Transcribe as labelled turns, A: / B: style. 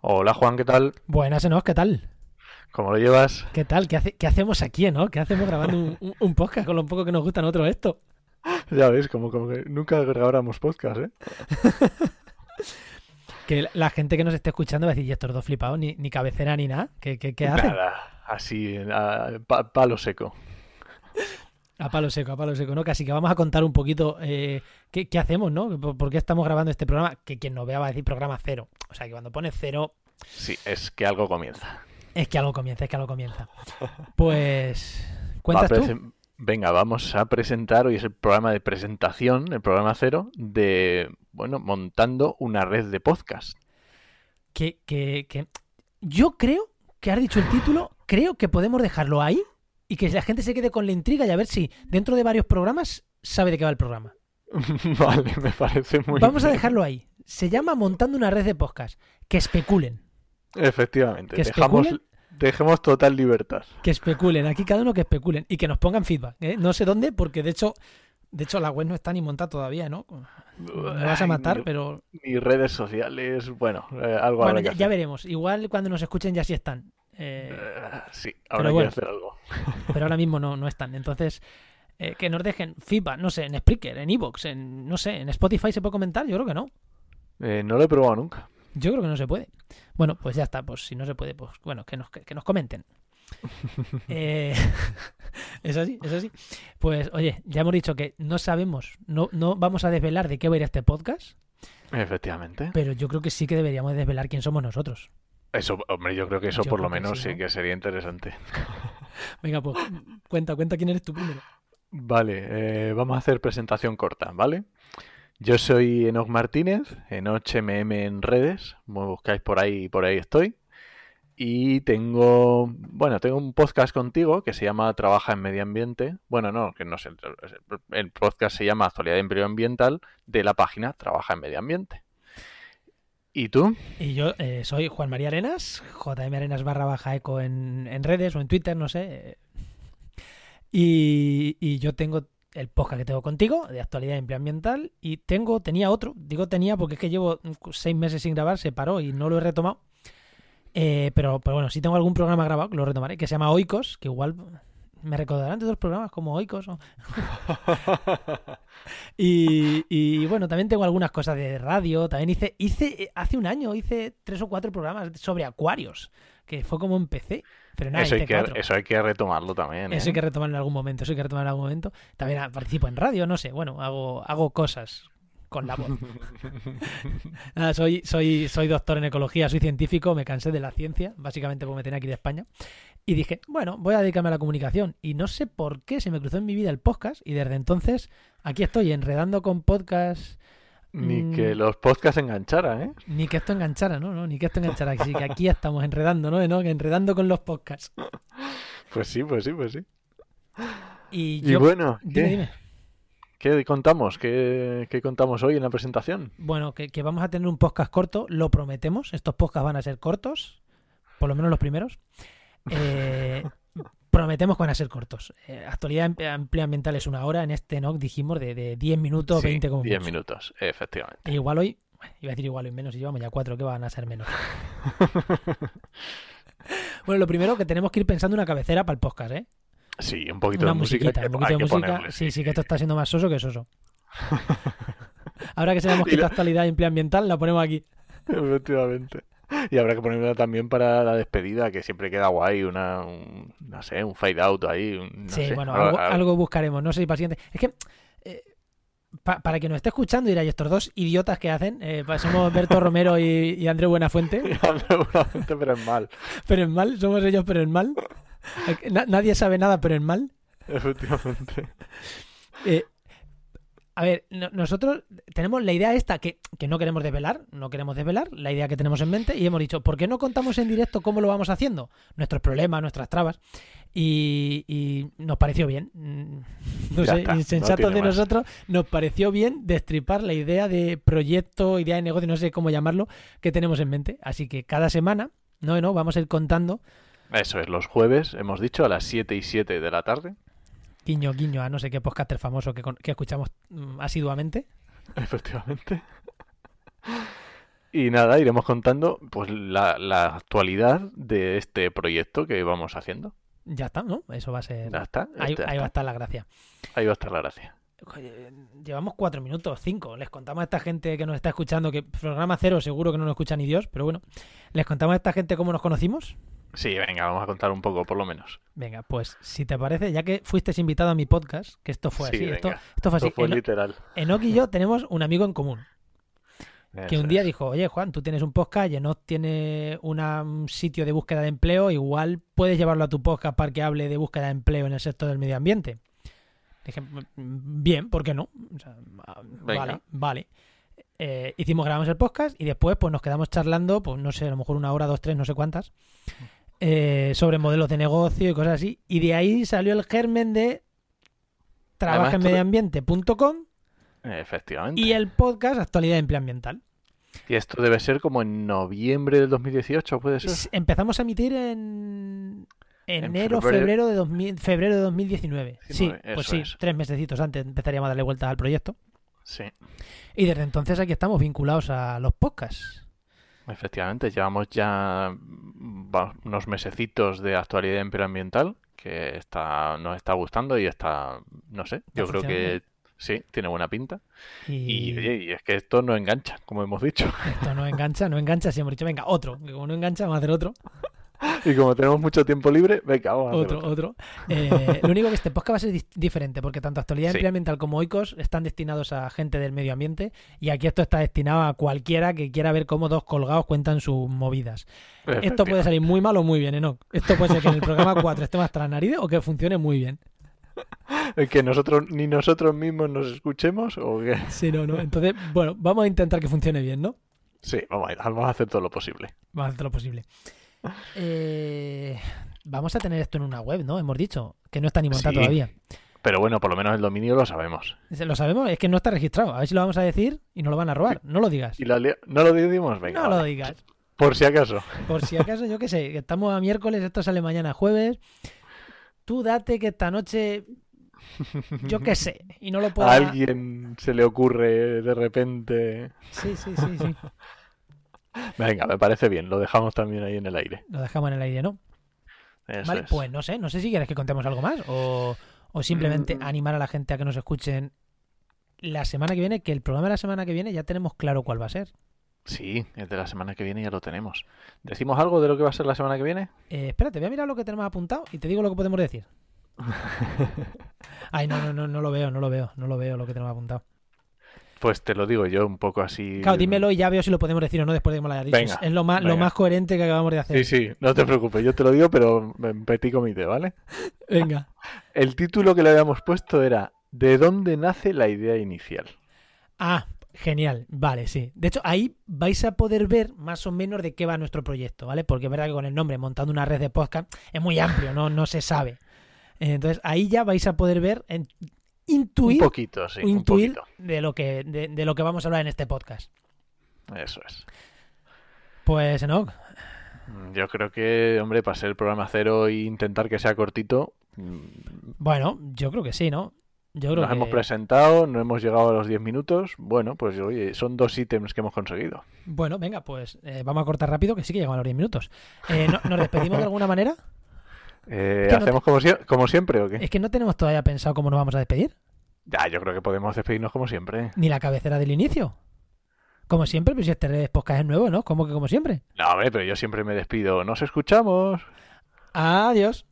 A: Hola Juan, ¿qué tal?
B: Buenas, Enoch, ¿qué tal?
A: ¿Cómo lo llevas?
B: ¿Qué tal? ¿Qué, hace- qué hacemos aquí, eh, no? ¿Qué hacemos grabando un, un- un podcast con lo poco que nos gusta a nosotros esto?
A: Ya ves, como, como que nunca grabáramos podcast, ¿eh?
B: Que la- la gente que nos esté escuchando va a decir, y estos dos flipados, ni, ni cabecera ni nada. ¿Qué, qué, qué hacen?
A: Nada, así, a- pa- palo seco.
B: A palo seco, a palo seco, ¿no? Casi que vamos a contar un poquito eh, qué, qué hacemos, ¿no? ¿Por, por qué estamos grabando este programa? Que quien nos vea va a decir programa cero. O sea, que cuando pone cero
A: Sí, es que algo comienza.
B: es que algo comienza, es que algo comienza. Pues...
A: Va a
B: ¿Cuentas tú?
A: presen- Venga, vamos a presentar, hoy es el programa de presentación, el programa cero, de, bueno, montando una red de podcast.
B: que, que, que- Yo creo que has dicho el título, creo que podemos dejarlo ahí y que la gente se quede con la intriga y a ver si dentro de varios programas sabe de qué va el programa.
A: vale, me parece muy
B: Vamos a
A: bien.
B: dejarlo ahí. Se llama Montando una red de podcast. Que especulen,
A: Efectivamente,
B: ¿Que
A: dejamos,
B: especulen?
A: dejemos total libertad.
B: que especulen. Aquí cada uno que especulen y que nos pongan feedback. ¿eh? No sé dónde, porque de hecho, de hecho la web no está ni montada todavía, ¿no? Me vas a
A: Ay,
B: matar,
A: ni-
B: pero
A: Ni redes sociales, bueno, eh, algo
B: bueno,
A: habrá que
B: ya, ya veremos. Igual cuando nos escuchen ya sí están. Eh,
A: Eh, sí, habrá que
B: bueno.
A: hacer algo.
B: pero ahora mismo no, no están. Entonces, eh, que nos dejen feedback, no sé, en Spreaker, en Evox, en, no sé, en Spotify se puede comentar, yo creo que no.
A: Eh, no lo he probado nunca.
B: Yo creo que no se puede. Bueno, pues ya está, pues si no se puede, pues bueno, que nos, que, que nos comenten. Eh, es así, es así. Pues oye, ya hemos dicho que no sabemos, no, no vamos a desvelar de qué va a ir este podcast,
A: Efectivamente.
B: pero yo creo que sí que deberíamos desvelar quién somos nosotros.
A: Eso, hombre, yo creo que eso
B: Yo
A: por
B: creo
A: lo
B: que
A: menos
B: sí,
A: sí,
B: ¿no?
A: que sería interesante.
B: Venga, pues cuenta, cuenta quién eres tú primero.
A: Vale, eh, vamos a hacer presentación corta, ¿vale? Yo soy Enoch Martínez, Enoch MM en redes, me buscáis por ahí y por ahí estoy. Y tengo, bueno, tengo un podcast contigo que se llama Trabaja en Medio Ambiente. Bueno, no, que no sé, el podcast se llama Actualidad Medioambiental de la página Trabaja en Medio Ambiente. ¿Y tú?
B: Y yo eh, soy Juan María Arenas, JM Arenas barra baja eco en, en redes o en Twitter, no sé. Y, y yo tengo el podcast que tengo contigo de actualidad ambiental y tengo, tenía otro, digo tenía porque es que llevo seis meses sin grabar, se paró y no lo he retomado. Eh, pero, pero bueno, si tengo algún programa grabado, que lo retomaré, que se llama Oikos, que igual me recordarán de otros programas como Oikos. o- Y, y, bueno, también tengo algunas cosas de radio. También hice, hice, eh, hace un año hice tres o cuatro programas sobre acuarios, que fue como empecé. Pero nada,
A: eso, hay
B: hice
A: que,
B: cuatro.
A: eso hay que retomarlo también.
B: Eso
A: ¿eh?
B: hay que retomar en algún momento, eso hay que retomar en algún momento. También ah, participo en radio, no sé, bueno, hago, hago cosas con la voz. Nada, soy, soy, soy doctor en ecología, soy científico, me cansé de la ciencia, básicamente porque me tenía aquí de España. Y dije, bueno, voy a dedicarme a la comunicación. Y no sé por qué se me cruzó en mi vida el podcast y desde entonces aquí estoy enredando con podcasts
A: Ni que
B: Mm.
A: los podcasts engancharan, ¿eh?
B: Ni que esto enganchara, ¿no? no ni que esto enganchara. Así que aquí estamos enredando, ¿no? ¿no? Que Enredando con los podcasts.
A: Pues sí, pues sí, pues sí.
B: Y
A: Y
B: yo...
A: bueno, ¿qué,
B: dime, dime.
A: qué contamos? ¿Qué, qué contamos hoy en la presentación?
B: Bueno, que, que vamos a tener un podcast corto, lo prometemos. Estos podcasts van a ser cortos, por lo menos los primeros. Eh, prometemos que van a ser cortos. Eh, actualidad am- ampliambiental es una hora. En este NOC dijimos de, de 10 minutos,
A: Sí,
B: 20 como
A: 10
B: mucho.
A: minutos, efectivamente.
B: E igual hoy, bueno, iba a decir igual hoy menos, y llevamos ya cuatro, que van a ser menos. bueno, lo primero que tenemos que ir pensando una cabecera para el podcast, ¿eh?
A: Sí, un poquito
B: una
A: de música.
B: musiquita,
A: hay que-
B: un poquito
A: hay
B: de
A: que
B: música.
A: ponerle,
B: sí, sí, que esto está siendo más soso que soso. Ahora que sabemos que
A: Y la-
B: la actualidad y empleo ambiental, la ponemos aquí.
A: Efectivamente. Y habrá que ponerla también para la despedida, que siempre queda guay, una, un- no sé, un fade out ahí. un- no
B: sí,
A: sé,
B: bueno,
A: algo-
B: algo,
A: algo-
B: algo buscaremos. No sé si para el siguiente. Es que. eh, pa- para quien nos esté escuchando, dirá, y estos dos idiotas que hacen, eh, pa- somos Berto Romero y, y Andrés Buenafuente,
A: Seguramente, pero es mal.
B: pero en mal, somos ellos, pero en mal. Eh, Na- nadie sabe nada, pero en mal.
A: Efectivamente.
B: Eh, a ver, no- nosotros tenemos la idea esta que, que no queremos desvelar, no queremos desvelar, la idea que tenemos en mente y hemos dicho, ¿por qué no contamos en directo cómo lo vamos haciendo? Nuestros problemas, nuestras trabas. Y, y nos pareció bien. Mm, No
A: Ya
B: sé,
A: está, no
B: insensatos
A: tiene
B: de
A: más.
B: nosotros, nos pareció bien destripar la idea de proyecto, idea de negocio, no sé cómo llamarlo, que tenemos en mente. Así que cada semana, no, no, vamos a ir contando,
A: Eso es, los jueves, hemos dicho, a las 7 y 7 de la tarde.
B: guiño, guiño, a no sé qué podcaster famoso que, con- que escuchamos mm, asiduamente.
A: Efectivamente. Y nada, iremos contando pues la, la actualidad de este proyecto que vamos haciendo.
B: Ya está, ¿no? Eso va a ser.
A: Ya está. ya
B: ahí,
A: está,
B: ahí
A: ya
B: va a
A: está.
B: estar la gracia.
A: Ahí va a estar la gracia.
B: Joder, Llevamos cuatro minutos, cinco. Les contamos a esta gente que nos está escuchando, que programa cero seguro que no nos escucha ni Dios, pero bueno. Les contamos a esta gente cómo nos conocimos.
A: Sí, venga, vamos a contar un poco, por lo menos.
B: Venga, pues si te parece, ya que fuiste invitado a mi podcast, que esto fue
A: Sí,
B: así, esto,
A: venga.
B: esto fue así.
A: Eso fue
B: Eno-
A: literal.
B: Enoch y yo tenemos un amigo en común, que
A: Eso
B: un día
A: es.
B: dijo, oye Juan, tú tienes un podcast y Enoch tiene una- un sitio de búsqueda de empleo, igual puedes llevarlo a tu podcast para que hable de búsqueda de empleo en el sector del medio ambiente. Dije, "Mm, bien, ¿por qué no? O sea, ah, vale, vale. Eh, hicimos, grabamos el podcast y después pues nos quedamos charlando, pues no sé, a lo mejor una hora, dos, tres, no sé cuántas, eh, sobre modelos de negocio y cosas así. Y de ahí salió el germen de
A: Además, tú-
B: trabajaenmedioambiente.com
A: Efectivamente.
B: y
A: Y,
B: el podcast Actualidad de Empleo Ambiental.
A: esto debe ser como en noviembre del 2018, ¿puede ser?
B: S- Empezamos a emitir en enero,
A: febrero.
B: febrero de, 2000 febrero de 2019. Sí,
A: 19,
B: pues
A: eso
B: sí,
A: es.
B: tres mesecitos antes empezaríamos a darle vueltas al proyecto.
A: Sí,
B: Y desde entonces aquí estamos vinculados a los podcasts.
A: efectivamente. Llevamos ya va, unos mesecitos de actualidad ambiental que está, nos está gustando y está, no sé, yo creo que sí, tiene buena pinta.
B: Y,
A: Y oye, y es que esto no engancha, como hemos dicho.
B: esto no engancha, no engancha. Si hemos dicho, venga, otro. Que como no engancha, vamos a hacer otro,
A: Y como tenemos mucho tiempo libre, venga, vamos a hacer
B: otro, otro. Eh, lo único que este podcast va a ser dis- diferente, porque tanto Actualidad de
A: Sí.
B: Empleo Ambiental como Oikos están destinados a gente del medio ambiente. Y aquí esto está destinado a cualquiera que quiera ver cómo dos colgados cuentan sus movidas. Esto puede salir muy mal o muy bien, Enoch. Esto puede ser que en el programa 4 estemos hasta las narices o que funcione muy bien.
A: Efectivamente. Que nosotros, ni nosotros mismos nos escuchemos o que...
B: Sí, no, no. Entonces, bueno, vamos a intentar que funcione bien, ¿no?
A: Sí, vamos a, ir, vamos a hacer todo lo posible.
B: Vamos a hacer lo posible. Eh, vamos a tener esto en una web, ¿no? Hemos dicho que no está ni montada
A: Sí.
B: todavía.
A: Pero bueno, por lo menos el dominio lo sabemos.
B: Se- Lo sabemos, es que no está registrado. A ver si lo vamos a decir y nos lo van a robar. No lo digas.
A: ¿Y la lia- ¿No lo decidimos? Venga,
B: No lo
A: vale.
B: digas.
A: por si acaso.
B: Por si acaso, yo qué sé, que estamos a miércoles, esto sale mañana jueves. Tú date que esta noche, yo qué sé, y no lo puedo...
A: A alguien se le ocurre de repente...
B: Sí, sí, sí, sí.
A: Venga, me parece bien, lo dejamos también ahí en el aire.
B: Lo dejamos en el aire, ¿no?
A: Eso
B: vale,
A: es.
B: pues no sé, no sé si quieres que contemos algo más o, o simplemente
A: Mm.
B: animar a la gente a que nos escuchen la semana que viene, que el programa de la semana que viene ya tenemos claro cuál va a ser.
A: Sí, el de la semana que viene ya lo tenemos. ¿Decimos algo de lo que va a ser la semana que viene?
B: Eh, espérate, voy a mirar lo que tenemos apuntado y te digo lo que podemos decir. Ay, no, no, no, no lo veo, no lo veo, no lo veo lo que tenemos apuntado.
A: Pues te lo digo yo un poco así...
B: Claro, dímelo y ya veo si lo podemos decir o no después de que me lo hayas dicho.
A: Venga,
B: es lo más, lo
A: venga.
B: más coherente que acabamos de
A: Sí,
B: hacer.
A: sí, no te preocupes, yo te lo digo, pero en petit comité, ¿vale?
B: Venga.
A: El título que le habíamos puesto era ¿De dónde nace la idea inicial?
B: Ah, genial. Vale, sí. De hecho, ahí vais a poder ver más o menos de qué va nuestro proyecto, ¿vale? Porque es verdad que con el nombre montando una red de podcast es muy amplio, no, no se sabe. Entonces, ahí ya vais a poder ver, en- intuir,
A: un poquito, sí, un
B: intuir
A: poquito.
B: de lo que de, de lo que vamos a hablar en este podcast.
A: Eso es.
B: Pues, Enoch,
A: Mm, Yo creo que, hombre, para ser el programa cero e intentar que sea cortito, mm,
B: bueno, yo creo que sí, ¿no? Yo creo
A: nos
B: que
A: hemos presentado, no hemos llegado a los 10 minutos. Bueno, pues oye, son dos ítems que hemos conseguido.
B: Bueno, venga, pues eh, vamos a cortar rápido, que sí que llegamos a los 10 minutos. Eh, ¿no- ¿Nos despedimos de alguna manera?
A: Eh,
B: Es que no
A: ¿Hacemos como, sie- como siempre o qué?
B: Es que no tenemos todavía pensado cómo nos vamos a despedir.
A: Ya, yo creo que podemos despedirnos como siempre.
B: Ni la cabecera del inicio. Como siempre, pues si este podcast es nuevo, ¿no? Como que como siempre.
A: No, hombre, pero yo siempre me despido. Nos escuchamos.
B: Adiós.